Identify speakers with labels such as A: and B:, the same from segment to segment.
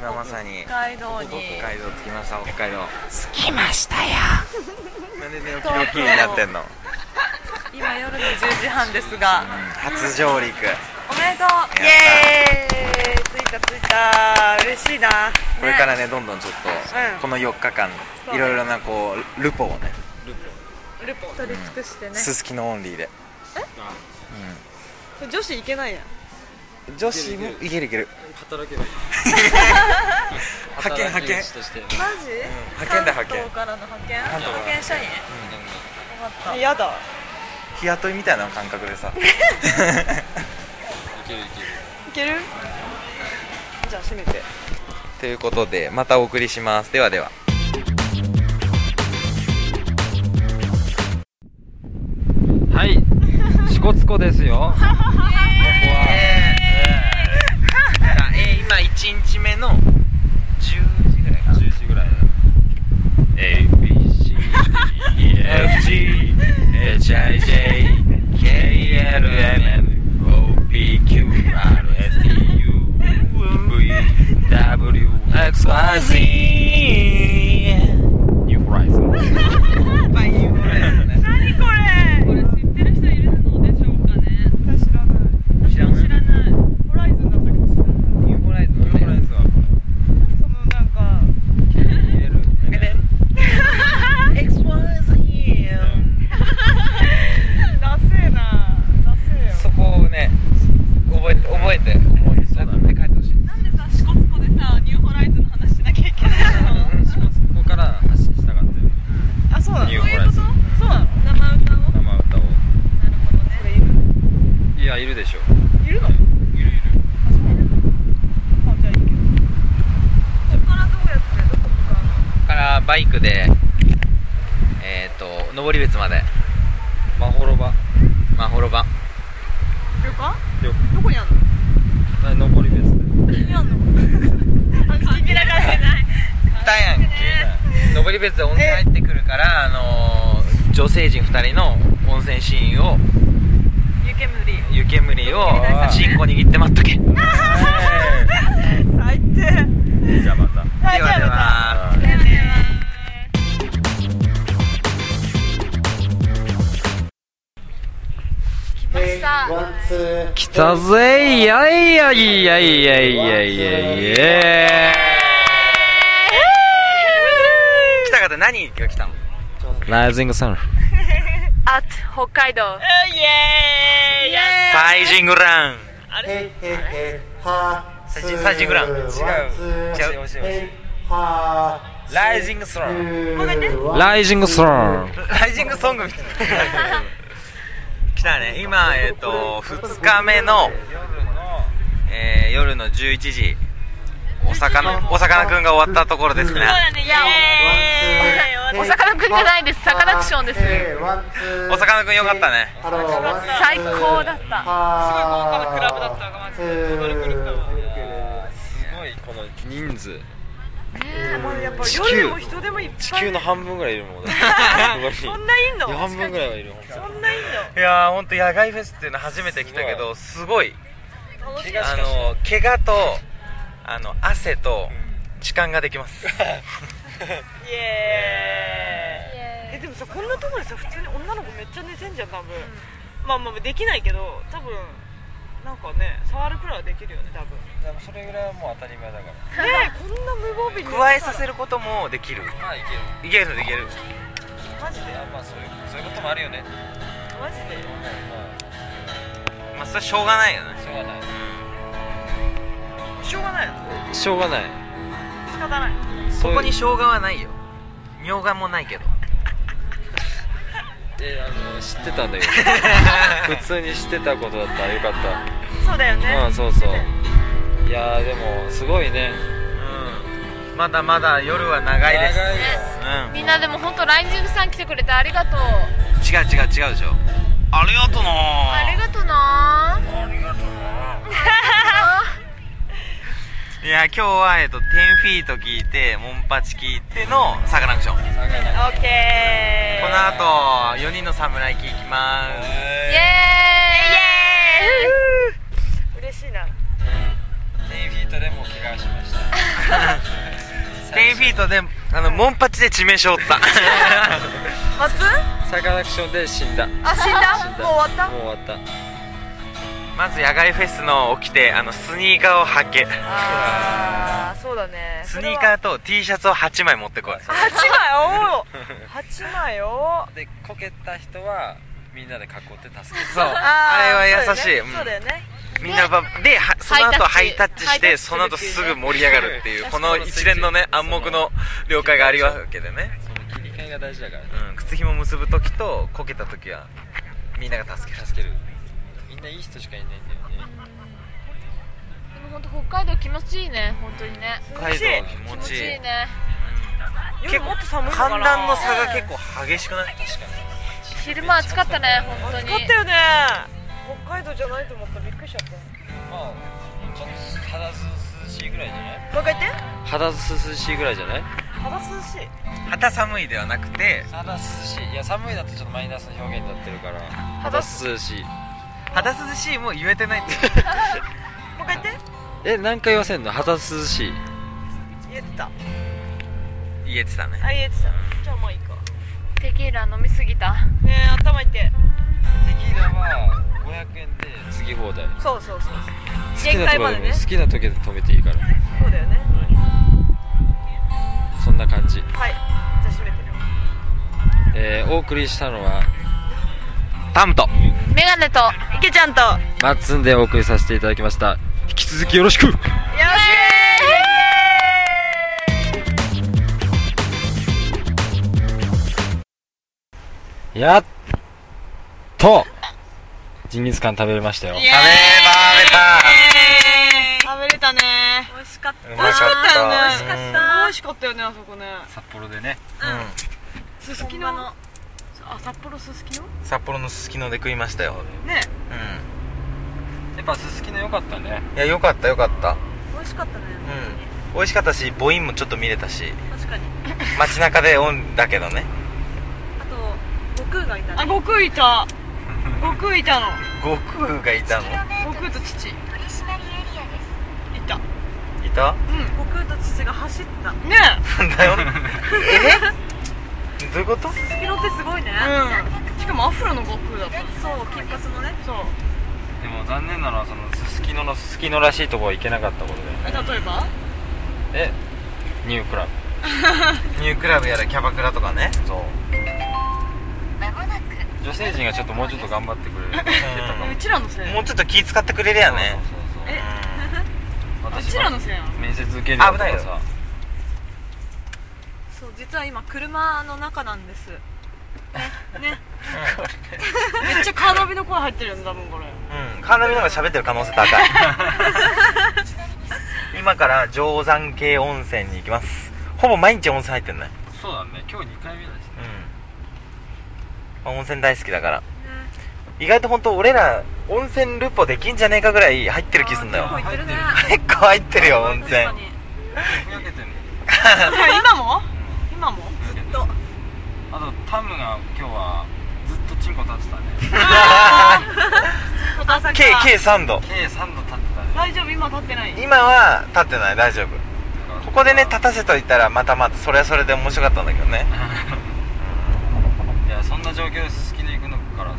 A: さに北海道着
B: 北海道に
A: きました北海道
C: 着きましたよ
A: なんで寝起きドッキリになってんの
B: 今夜の10時半ですが
A: 初上陸
B: おめでとうイエーイ着いた着いた嬉しいな
A: これから
B: ね
A: ねどんどんちょっ
B: うん
A: とこの4日間
B: そう
A: いろいろなこうルポをね
B: ルポ取り尽くしてね
A: すすきのオンリーで
B: 女子いけないやん
A: うん女子もいけるいける
D: 働けばいい
A: 派遣派遣
D: 働き口としてね
B: マジ
A: 派遣だ派遣
B: 関東からの派遣
A: 関東から
B: 派遣社員よかった
E: やだ
A: 日雇いみたいな感覚でさ
D: いけるいける
E: いけるじゃあ閉めて
A: ということでまたお送りしますではでは
D: はい、支笏湖ですよ。
A: え今1日目の10時ぐらいかな
D: 十時ぐらい。A B C D E F G H I J K L M N O P Q R S T U V W X Y Z。ニューホライズン。
B: 何これこれ知ってる人いるのでしょうかね
E: 知らない
A: 知らない
B: 知らない
E: ホライズンだったけど知らない
A: ニューホライズン
D: ニューホライズンはこ
E: 何そのなんか
D: れ K L M N。
E: ダセえなダセえよ
A: そこをね覚えて覚えて思いそうだね帰ってほしい
B: なんでさ支笏湖でさニューホライズンの話しなきゃいけないの
D: 支笏湖から発信したかったよね。
E: あそうなの
D: ニュ
B: そう
D: ー
B: いう
D: ホライ
B: こ
D: ズン
B: とそうなの生歌をなる
D: 生歌
B: ほど
D: を。
B: ね
D: いやいるでしょ。
E: いるのあ
D: いるいる。
E: じゃあいいけど
B: ここからどうやってどこ向かうの
A: からバイクでえっ、と登別まで
D: まほろば。
A: まあ幌場
E: 旅館
D: 旅
E: どこにあんの
D: あ登別で。
B: 関係なかったな
A: っ
B: い
A: たやんけ登別で温泉入ってくるからあのー女性陣2人の温泉シーンを
B: 湯煙
A: 湯煙を
D: あー
A: チンコ握って待っとけでは
E: 最低
D: じゃあまた。
A: では
B: だよね
D: 来たぜいやいやいやいやいやいやいや
A: 来た方何が来たの
D: ライジングサン
B: at 北海道イエーイ
A: サイジングラン
F: へへへは
A: サ
F: す
A: イジサイジングラン違う
F: ワンツ
A: 違う違
F: ー
A: う
F: へはす
A: ライジングソング
F: ワン
D: ライジングサン
A: ライジングソングみたいな来たね今えっ、と2日目の、えー夜の11時お魚お魚くんが終わったところですね
B: いや
F: ツー
B: お魚くんじゃないですサカナクションです
F: へワンツー
A: お魚くんよかったね
F: ハローワンツー
B: 最高だった
F: は
E: すごい豪華なクラブだったのがマジで
F: ツー
E: 驚くだった
D: すごいこの人数
E: もうやっぱ
D: 地球
E: 夜も人でもいっぱい
D: 地球の半分ぐらいいるもんね
E: そんないんの
D: 半分ぐらいはいるほんと
E: そんないんの
A: いやー本当野外フェスっていうの初めて来たけどすごい
D: 怪我し
A: あ
D: かし
A: の怪我とあの汗と痴漢ができます
E: イエーイえでもさこんなところでさ普通に女の子めっちゃ寝てんじゃん多分、まあまあできないけど多分なんかね触るくらいはできるよね多分ね
D: でもそれぐらいはもう当たり前だから
E: えこんな無防備に
A: 加えさせることもできる
D: まあいける
A: いけるでいける
E: マジで
D: まあそういうそういうこともあるよねま
E: マジで
D: あ
A: まあそれはしょうがないよね
D: しょうがない
E: しょうがないよ
D: しょうがない
E: 仕方ない
A: ここに生姜はないよみょうがもないけど
D: えあの知ってたんだけど 普通に知ってたことだったらよかった
E: そうだよね、
D: うんそうそういやーでもすごいね
A: うんまだまだ夜は長いです
D: 長いよ
A: う
G: みんなでも本当ライジングさん来てくれてありがとう。
A: ん違う違う違うでしょありがとうな
G: ありがとうな。
A: いや今日は、えっと、10フィート聞いてモンパチ聞いてのサカナクションこ
E: オッケー
A: の後4人の侍聞きます
G: イエーイ。
E: 嬉しいな
A: 10フィート
D: トでもう怪我をしました
A: 10フィートであのモンパチで致命傷負 った
B: 松
D: サカナクションで死んだも
B: あ、死んだもう終わっ
D: う終わった
A: まず野外フェスの起きてあのスニーカーを履け
B: たあー、そうだね
A: スニーカーと T シャツを8枚持ってこい
B: 8枚おう八枚 おう
D: でこけた人はみんなで囲って助け
A: そうあれは優しい、うん
B: そうだよね
A: みんなばではその後ハ
G: ハ
A: イ
G: イ
A: タ
G: タ
A: ッ
G: ッ
A: チ
G: チ
A: して
G: ハイタッチ
A: その後すぐ盛り上がるっていうこの一連のね暗黙の了解があるわけでね、
D: その切り替えが大事だからね
A: うん、靴紐結ぶ時とこけた時はみんなが助ける
D: 助けるみんないい人しかいないんだよね
G: でも本当北海道気持ちいいね本当にね
A: 北海道は気
G: 気
A: 持
G: 持
A: ち
G: ち
A: い
G: い
A: い
G: いね
A: 結
E: 夜
A: 構
E: もっと寒いのかな
A: 寒暖の差が結構激しくない
G: 昼間暑かったね本当に
E: 暑かったよね北海道じゃないと思ったびっくりしちゃった
D: まあちょっと肌涼しいぐらいじゃない
B: もう一回言って
D: 肌涼しいぐらいじゃない
E: 肌涼しい
A: 肌寒いではなくて
D: 肌涼しいいや寒いだとちょっとマイナスの表現になってるから肌涼しい
A: 肌涼しいも言えてないんだよ
B: もう一回言って
D: え何回言わせんの肌涼しい
B: 言えてたあ、
A: 言えてたね
B: 言えてたじゃあまあいいか
G: テキーラ飲みすぎた
B: ねえ、頭いって
D: テキーラは500円で継ぎ放題好
B: そうそうそう
D: きなところ
B: 限界ま
D: で
B: で
D: も
B: ね
D: 好きな時で止めていいから
B: そうだよね
D: そんな感じ
B: はいじゃあ閉めてね
D: えーお送りしたのは
A: タムと
G: メガネと
B: いけちゃんとよ
D: マッツンでお送りさせていただきました引き続きよろしく
B: ろしく
D: やっとジンギスカン食べれましたよ
A: 食べー
E: 食べれたね美味しかった
A: 食べ
E: 美味しかったよね
A: 美味しかった
E: 美味しかったよねあそこね
D: 札幌でね
E: すすきのね
G: あ札幌すすきの
A: うん札幌のすすきので食いましたよう
D: やっぱすすきの良かったね
A: んいやよかったよかった
E: 美味しかったね
A: うん美味しかったし母音もちょっと見れたし
E: 確かに
A: 街中でオンだけどね
E: あと悟空がいたあ悟空いた悟空いたの
A: 悟空がいたの
E: 悟空と父いたうん
A: いた
E: 悟空と父が走ったね
A: だ よえどういうこと
E: えスキロってすごいねうんしかもアフロの悟空だったそう金髪のねそう
D: でも残念なのはそのすすきののすすきのらしいところ行けなかったこと
E: え例えば
D: でえニュークラブ
A: ニュークラブやらキャバクラとかね
D: そう女性陣がちょっともうちょっと頑張ってくれるいけ たかも
E: うちらのせい
A: もうちょっと気使ってくれりゃね
D: そうそうそう
E: えう
D: 私
E: ちらのせいやん
D: 面接受けるのと
A: 危ない
D: か
A: よ
D: さ
E: そう実は今車の中なんですねねめっちゃカーナビの声入ってるんだもんこれ
A: うんカーナビの方が喋ってる可能 性高い今から定山系温泉に行きますほぼ毎日温泉入ってんね
D: そうだね今日2回目だし
A: うん、まあ、温泉大好きだから、意外と本当俺ら温泉ルポできんじゃねえかぐらい入ってる気すんだよ
E: 入ってるね
A: 結構入ってるよ温泉
E: 確かに
D: ふやけてる
E: 今も今も
D: ずっとあとタムが今日はずっとチンコ立ってたね
E: 小田さん
A: 計計3度
D: 計3度立ってたね
E: 大丈夫今立ってない
A: 今は立ってない大丈夫ここでね立たせといたらまたまたそれはそれで面白かったんだけどね
D: いやそんな状況ですすきの行くのからさ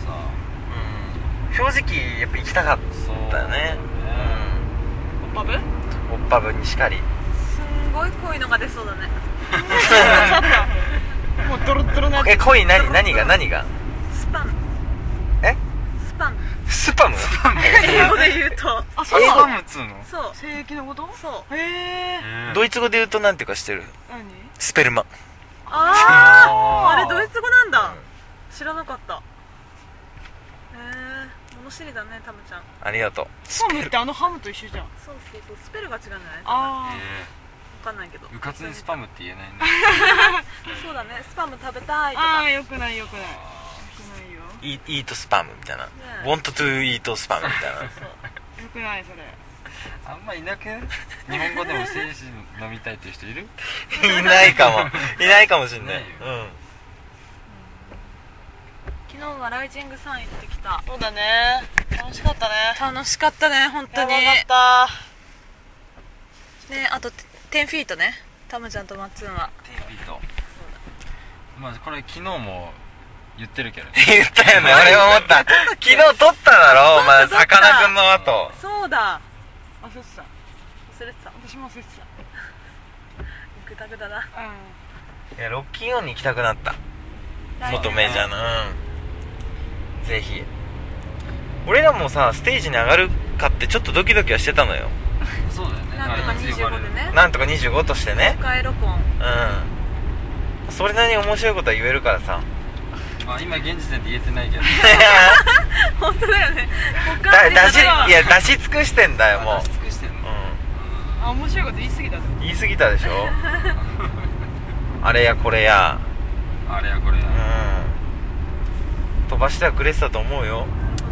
A: うん正直やっぱ行きたかっ
D: そう
A: たよね
E: おっぱぶ
A: うんおっぱぶにしかり
B: すんごい濃いのが出そうだね
E: もうドロッドロなやつ
A: え恋何何が何が
B: スパン
A: え
B: スパン
A: スパム
B: 英語で言うと
E: あそ
D: そうう
E: な
D: パ
E: の
D: ムっつうの
B: そう
E: 性域のこと
B: そう
E: へえ
A: ドイツ語で言うとなんていうかしてる
E: 何
A: スペルマ
B: あああ
D: あ
B: れドイツ語なんだ知らなかったえー、物知りだねタムちゃん
A: ありがとう
E: ハムってあのハムと一緒じゃん
B: そうそうそうスペルが違うんじゃないわ
E: あ
B: かんないけど
D: うかつにスパムって言えないね
B: そうだねスパム食べたいと
E: あ
B: か
E: あよくないよくないよくないよ
A: イイートスパムみたいな「
B: え
A: want to eat スパム」みたいな
E: よくないそれ
D: あんまいなくね日本語でも精子飲みたいっていう人いる
A: いないかもいないかもしんない
D: いないよ
A: うん
B: 昨日はライジングサン行ってきた
E: そうだね楽しかったね
B: 楽しかったね本当に
E: やばかっ
B: ねあと10フィートねタムちゃんとマッツンは
A: テレビと
D: まあこれ昨日も言ってるけどね
A: 言ったよね俺も思った昨日撮っただろお前
E: 撮った
A: さ
E: 撮った
A: かなクンの後
E: そうだ焦ってた
B: 忘れてた
E: 私も焦ってた
B: グダグダだ
E: うん
A: いやロッキンオンに行きたくなった元メジャーのうんぜひ俺らもさステージに上がるかってちょっとドキドキはしてたのよ
D: そうだよね
B: なんとか
D: あれいつ呼ばれ
B: 25
D: る
B: でね
A: なんとか25としてね
B: 公開録音
A: うんそれなりに面白いことは言えるからさ
D: まあ今現時点で言えて ないけど
B: 本当だよね公
A: だ
B: 開
A: 出し
B: 録音
A: いや出し尽くしてんだよもう
D: 出し尽くしてんの
A: う
E: あ面白いこと言い過ぎたぞ
A: ん言い過ぎたでしょ あれやこれや
D: あれやこれや
A: うん飛ばしてはくれてたと思うよ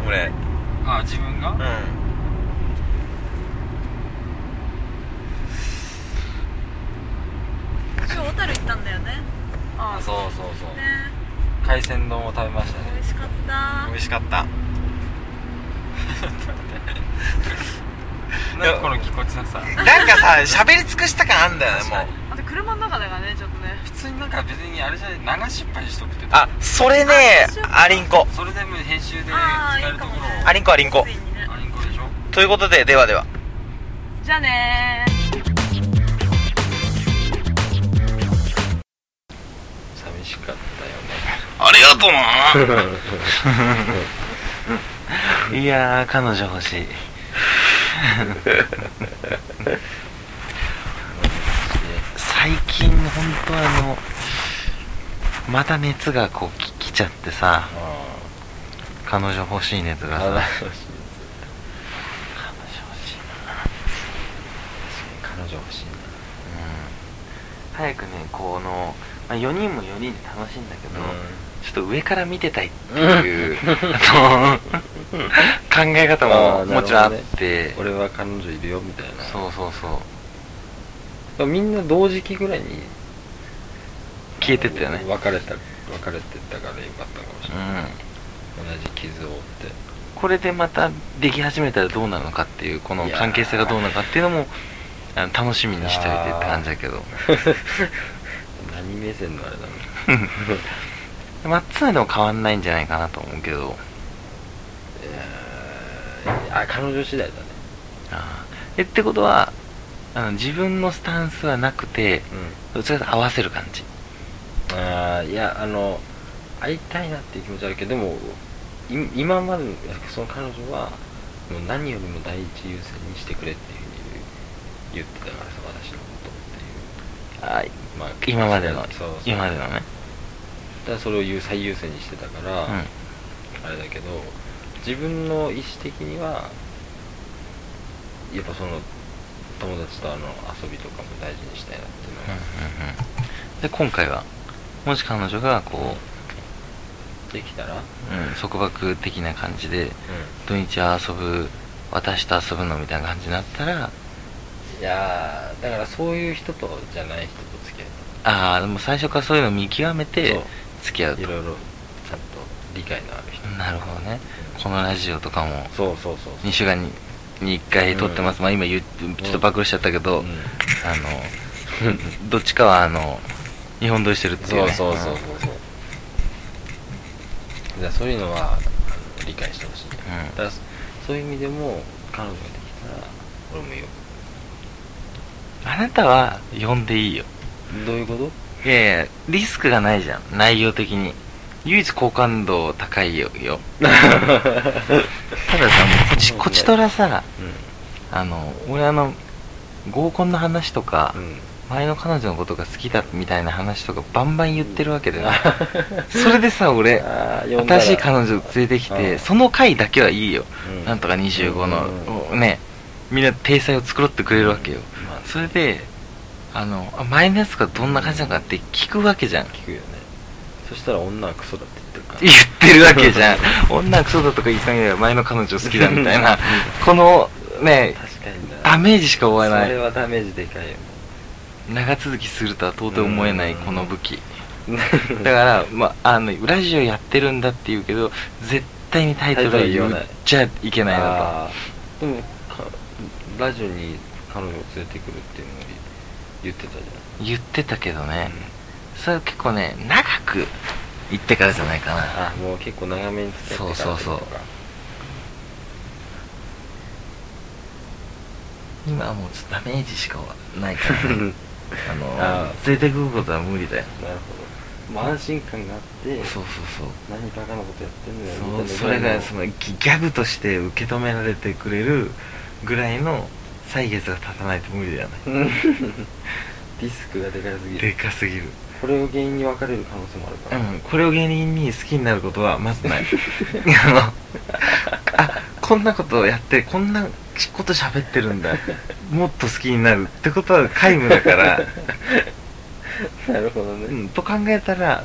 A: 俺
D: あ自分が
A: うん
B: 今日小樽行ったんだよね
D: あそうそうそう
B: ね
D: 海鮮丼を食べましたね
B: 美味しかった
A: 美味しかった
D: なんかこのぎこちなさ
A: なんかさ 喋り尽くした感あんだよねもう
E: あと車の中だからねちょっとね
D: 普通になんか別にあれじゃない流しっぱにしとくって
A: あそれねありんこ
D: それでもう編集で
B: あ
D: 使
B: ー
D: え
B: いい
D: る
B: か
D: とこ
B: も
D: ろを
B: ね
A: ありんこありんこ
B: ついにね
D: ありんこでしょ
A: ということでではでは
E: じゃあねー
D: 寂しかっ
A: ありがとうないやー彼女欲しい最近本当あのまた熱がこうき来ちゃってさ
D: たよね
A: 彼女欲しい熱がさ彼女欲
D: 楽しい
A: しい
D: 彼女欲しいな
A: うん早くねこの、まあ、4人も4人で楽しいんだけど、
D: うん
A: ちょっと上から見てたいって いう、あの考え方も
D: あーなるほどね
A: もちろんあって
D: 俺は彼女いるよみたいな
A: そうそうそう
D: まあみんな同時期ぐらいに
A: 消えてったよね
D: 別れた別れてったからよかったかもし
A: う
D: れない、
A: ん
D: 同じ傷を負っ
A: これでまたでき始めたらどうなのかっていうこの
D: いやー
A: 関係性がどうなのかっていうのもあの楽しみにしておいてって感じだけど
D: て 何目線のあれだろう
A: まっつんでも変わんないんじゃないかなと思うけど
D: いやーあ彼女次第だね
A: あーえってことはあの自分のスタンスはなくてどっちかというと合わせる感じ
D: うんああいやあの会いたいなっていう気持ちはあるけどでもい今までのその彼女はもう何よりも第一優先にしてくれっていうふうに言ってたからさ私のことっていう
A: あー
D: まあ
A: 今までの
D: そうそう
A: 今までのね
D: だからそれを優最優先にしてたから、
A: うん
D: あれだけど自分の意思的にはやっぱその友達とあの遊びとかも大事にしたいなっていうの
A: うん
D: が、
A: うんうんで今回はもし彼女がこ
D: できたら、うん、
A: う、うん、束縛的な感じで土日は遊ぶ私と遊ぶのみたいな感じになったら
D: いやーだからそういう人とじゃない人と付き合い
A: ああでも最初からそういうの見極め
D: そ
A: て
D: う
A: 付き合う
D: たい
A: と
D: ろいろちゃんと理解のある人、
A: なるほどねこのラジオとかも
D: そうそうそう
A: 2週間にに1回撮ってます、まあ今言うちょっと暴露しちゃったけど、
D: うん
A: あの どっちかはあの日本撮りしてるっていう、
D: そ
A: ね、
D: うそうそうそうそうじゃあそういうのはあの理解してほしい、
A: ん
D: だからそそういう意味でも彼女ができたら俺もよ
A: あなたは呼んでいいよ
D: どういうこと
A: いやいやリスクがないじゃん内容的に唯一好感度高 いよよたださもうこちこちとらさ
D: う
A: あの俺あの合コンの話とか、
D: ん、
A: 前の彼女のことが好きだみたいな話とかバンバン言ってるわけでね それでさ俺
D: あー呼んだら
A: 新しい彼女連れてき
D: う
A: て
D: ん
A: その回だけはいいよ、
D: うん
A: なんとか25の、
D: う
A: ねみんな体裁を作ろってくれるわけよ、
D: まあ
A: それであのあ前のやつがどんな感じなのかって聞くわけじゃん
D: 聞くよねそしたら女はクソだって言って
A: 言って
D: る
A: るわけ じゃん女はクソだとか言いそうに前の彼女好きだみたいな このね
D: から確かにな
A: ダメージしか負えな
D: それ
A: い
D: はダメージでかいよ
A: 長続きするとは到底思えないこの武器
D: ね
A: だから、まあ、あのラジオやってるんだって言うけど絶対にタイトルは言っちゃいけないな
D: あーでもかラジオに彼女を連れてくるっていうのを言ってたじ
A: 言ってたけど
D: ゃん
A: ね、、それ結構ね長く言ってからじゃないかな
D: あもう結構長めに付き合ってた
A: そうそうそう
D: ってことか
A: 今はもうちょっとダメージしかない からね、あの
D: あ
A: 連れてくることは無理だよ
D: なるほどもう安心感があって
A: そうそうそう
D: 何バカなことやってんのよみた
A: そ
D: いうな
A: それがそのギギャグとして受け止められてくれるぐらいの歳月が経たないと無理だよね
D: うん リスクがでかすぎ
A: で
D: る
A: かすぎる
D: これを原因に別れる可能性もあるから、
A: うんこれを芸人に好きになることはまずないあのあこんなことをやってこんなこと喋ってるんだもっと好きになるってことは皆無だから、
D: なるほどね、
A: うん、と考えたら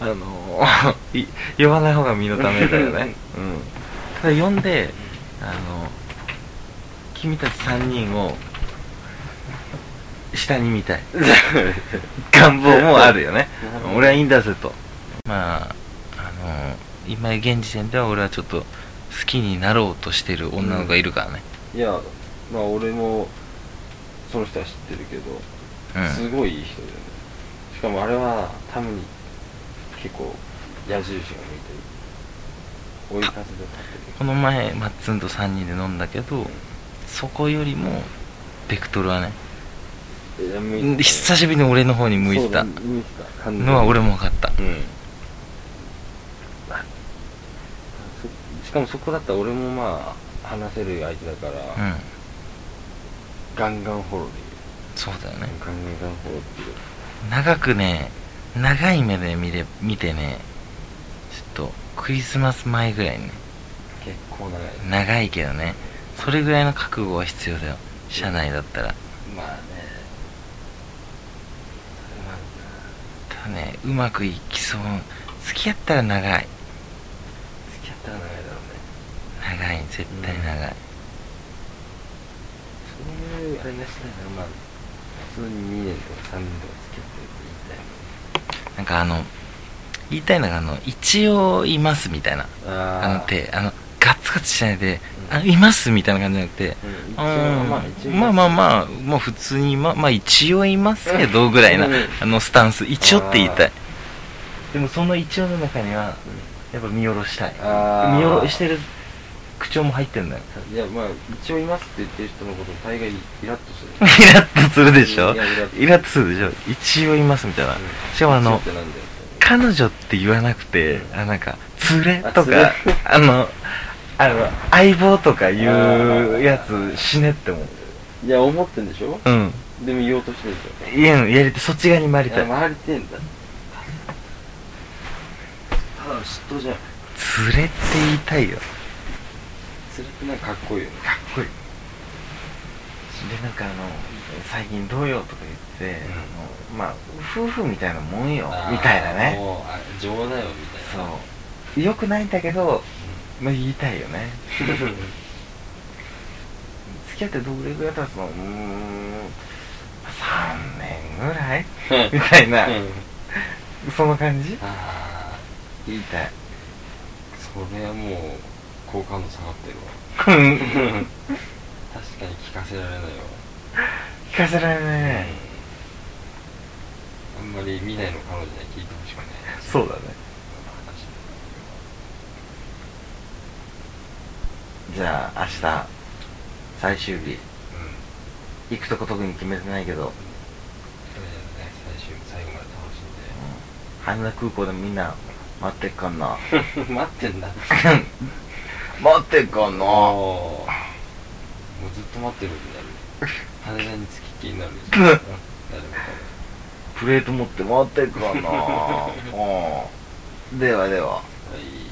A: あのい呼ばない方が身のためだよね、うん、ただ呼んであの君たち3人を下に見たい願望もあるよね
D: なるほど
A: 俺はいいんだぜとまああの今現時点では俺はちょっと好きになろうとしてる女の子がいるからね
D: いやまあ俺もその人は知ってるけど、
A: うん、
D: すごいいい人だよねしかもあれはタムに結構矢印が向いてる追い風で立って
A: こ
D: る
A: の前マッツンと3人で飲んだけどそこよりもベクトルはね
D: いや向いてたね
A: 久しぶりに俺の方に向いてた
D: そう向いてた完全に
A: のは俺も分かった
D: うんあそしかもそこだったら俺もまあ話せる相手だから、
A: うん
D: ガンガンフォローで
A: そうだよね
D: きるガンガンフォローっていう
A: 長くね長い目で見れ見てねちょっとクリスマス前ぐらいにね
D: 結構長い
A: 長いけどねそれぐらいの覚悟は必要だよ社内だったら
D: まあね
A: ただねうまくいきそう付き合ったら長い
D: 付き合ったら長いだろうね
A: 長い絶対長い、
D: そういうあれがしたいなまあ普通に2年とか3年とか付き合ってる
A: なんかあの言いたいのがあの一応いますみたいな
D: みたい
A: あ
D: な
A: の手あのガツガツしないで、
D: うん
A: あいますみたいな感じじゃなくて、
D: うん一応
A: うん
D: まあ一応
A: まあまあまあもう普通にままあ一応いますけどぐらいな
D: うん
A: あのスタンス一応って言いた
D: あ
A: いでもその一応の中にはやっぱ見下ろしたい
D: あ
A: 見
D: ー
A: 下ろしてる口調も入ってんだよ
D: いやまあ一応いますって言ってる人のこと大概イラッとする
A: イラッとするでしょ
D: いやイラッと
A: イラッとするでしょ一応いますみたいな しかもあ
D: 一応
A: の
D: ってなんだよ
A: 彼女って言わなくて
D: うん
A: あなんか連れ
D: あ
A: とか
D: 連れ
A: あのあの相棒とかい
D: あー
A: うやつ死ねって思う
D: いや思ってんでしょ
A: うん
D: でも言おうとしてるでしょ
A: 言えんやりてそっち側に回り
D: い
A: た
D: や
A: い
D: 回りてんだただの嫉妬じゃん
A: 連れって言いたいよ
D: それってなんかかっこいいよね
A: かっこいいでなんかあの最近どうよとか言って、あのまあ夫婦みたいなもんよみたいな
D: あー
A: ね
D: もうあ情だよみたいな
A: そうよくないんだけど、まあ、言いたいよね付き合ってどれぐらい経つのうーん3年ぐらいみたいな、
D: うん
A: その感じ
D: あ
A: 言いたい
D: あそれはもう好感度下が ってるわ
A: 聞
D: 確かに聞かせられないわ
A: かせられないね、
D: あんまり未来の彼女には聞いてほしくない
A: そうだねじゃあ明日最終日
D: うん
A: 行くとこ特に決めてないけど、
D: とりあえずね最終最後まで楽しん
A: 羽田空港でみんな待ってっかんな
D: で待ってんだ
A: 待ってっかんな
D: もうずっと待ってる ことになる羽田につきっきりになるでしょ誰も
A: プレート持って待ってっか んなうんではでは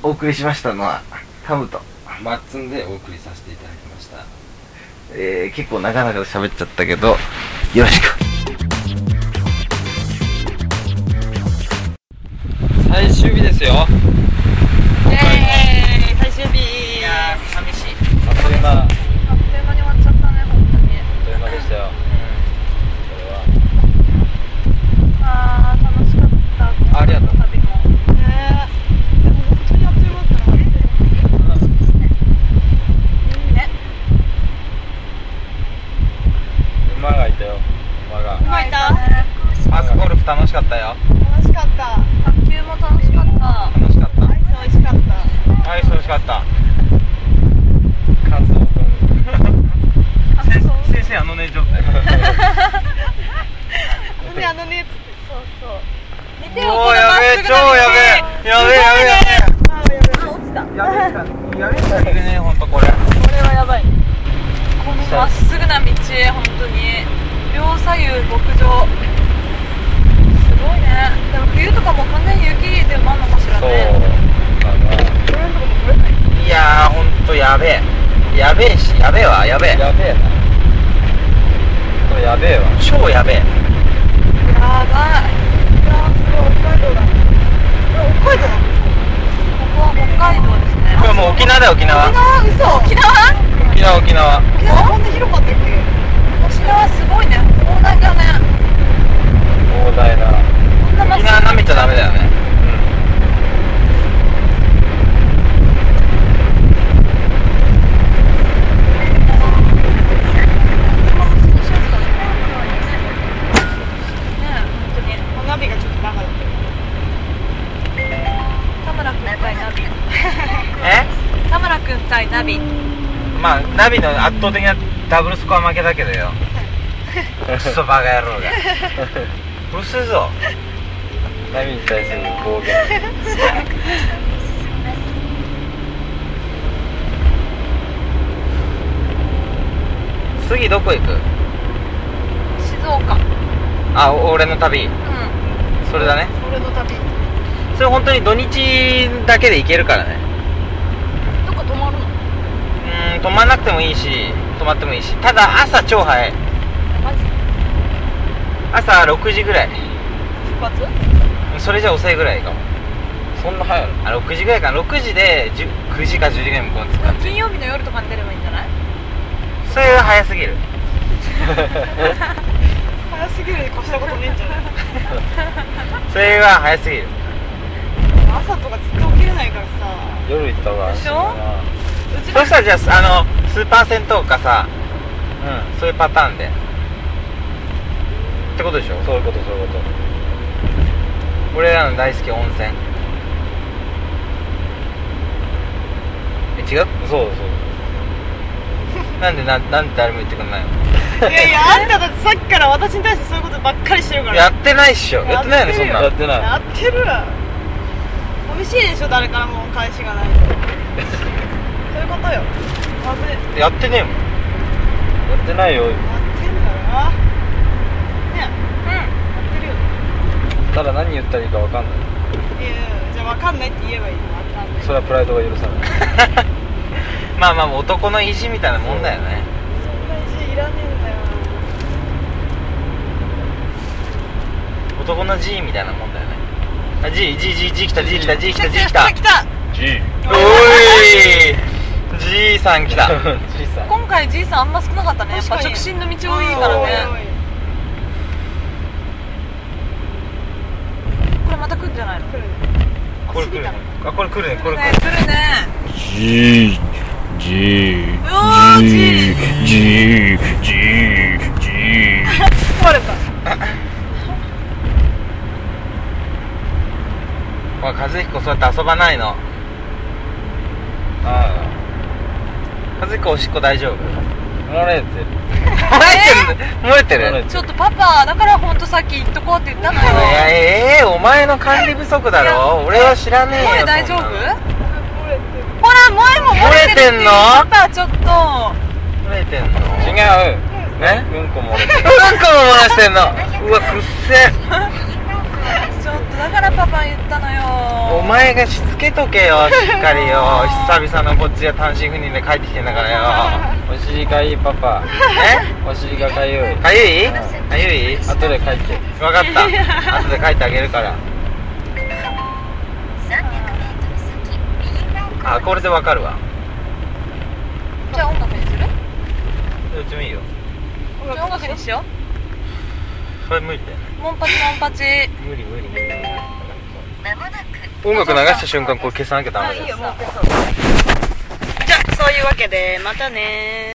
A: お
D: 彼
A: 送りしましたのはタムと、
D: はいマッツンでお送りさせていただきました
A: えー、結構長々と喋っちゃったけどよろしく
D: 最終日ですよ
G: イエーイ
E: 最終日いや寂しい
D: あっという間あっ
G: あっという間に終わっちゃったね本当に
D: という間でしたよこれは
G: あー楽しかった
D: ありがとう
G: 旅も
E: ねえでも本当にあっという間だったな
G: ね
D: 楽しかったよ
E: 楽しかった
B: 卓球も楽しかった
D: 楽しかった
E: アイス美味しかった
D: アイス美味しかった感想先先生あのね状態
E: ほんであのね
B: そうそう見てよ
D: おおやべえ超やべえやべえやべ
E: あーやべ
B: 落ちた
D: えやべえやべえやべえやべえね本当これ
B: これはやばいこのまっすぐな道本当に両左右牧場すごいねでも冬とかもう完全に雪で埋まんのかしら
D: そう
B: ね
D: かないやーほんとやべえやべえしやべえわやべえやべえなこれやべえわ超やべえ
B: やばい
E: え北海道
B: ここは北海道ですね
D: これもう沖縄だよ沖縄
E: あー嘘
B: 沖縄
D: 沖縄沖縄
E: 沖縄こんな広かったっけ
B: 沖縄すごいね広大だね
D: 広大な
B: こんなまっす
D: 沖縄
B: ぐ
D: なめちゃダメだよね
B: ね本当に
E: お鍋がちょっとバカだった
B: 田村くん対ナビ
D: え
B: 田村くん対ナビ
D: まあナビの圧倒的なダブルスコア負けだけどよクソバカ野郎がうるせえぞナビに対する暴言次どこ行く
B: 静岡
D: あお俺の旅
B: うん
D: それだね
E: 俺の旅
D: それ本当に土日だけで行けるからね
B: どこ泊まるの
D: うーん泊まんなくてもいいし泊まってもいいしただ朝超早い
B: マジ
D: 朝6時ぐら い
B: 出発
D: それじゃ遅いぐらいかもそんな早いのあ6時ぐらいかな6時で10 9時か10時ぐらいに向こうに着く感じ
B: 金曜日の夜とかに出ればいいんじゃない
D: それは早すぎる
E: 早すぎるに越したことねえんじゃない
D: それは早すぎる
E: 朝とかずっと起きれないからさ
D: 夜行った方
B: で
D: が
B: しょうち
D: そしたらじゃああのスーパー銭湯かさうんそういうパターンでってことでしょそういうことそういうこと俺らの大好き温泉え違うそうそう なんでななんで誰も言ってくんないの
E: いやいやあんただってさっきから私に対してそういうことばっかりしてるから
D: やってないっしょやってないよねそんなの
E: やってるわ寂しいでしょ誰からも返しがないとそういうことよまずいや
D: やってねえもんやってないよ
E: ってんだなね
B: う
E: やってるよ
D: ただ何言ったらいいか分かんな
E: い
D: い
E: やいやじゃあ分かんないって言えばいいの分かんない
D: それはプライドが許さないまあまあ男の意地みたいなもんだよね
E: そんな意地いらねえんだよ
D: 男の G みたいなもんだよねあ G G G G 来た G 来た G 来た G 来た
E: 来た
H: G
D: おい G さん来た G さ
B: ん今回じいさんあんま少なかったねやっぱ
E: 確か
B: 直
E: に
B: 進の道多いからね
E: ね
B: これまた来るんじゃないの
D: これ来るねあこれ来るねこれ来
B: ね
D: る
B: 来るね
H: G G
B: うおーじい
H: G G G
D: おい和彦そうやって遊ばないのああ和彦おしっこ大丈夫漏れてる 漏れてる漏れてる
B: ちょっとパパだから本当さっき行っとこうって言ったの
D: い
B: よ
D: やええお前の管理不足だ
B: いや
D: ろ俺は知らねえよ
B: 声大丈夫
D: そんなの
B: ほら萌えも漏れてるって
D: 漏れてん
B: いう
D: の
B: パパちょっと
D: 漏れてんの違うえうんこ漏れてるうんこも漏らしてんのうわくっせ
B: ちょっとだからパパ言ったのよ
D: お前がしつけとけよしっかりよ久々のこっちが単身赴任で帰ってきてんだからよ
I: お尻がいいパパ
D: え
I: お尻がかゆい
D: かゆいかゆいあ
I: 後で書いて
D: 分かった後で書いてあげるからあこれでわかるわ
B: じゃあ音楽にする
D: どっちもいいよ
B: じゃあ音楽にしよ
D: これ無理だよ
B: うモンパチモンパチ
D: 無理無理無理音楽流した瞬間これ消さなきゃダメだよ
E: じゃあそういうわけでまたねー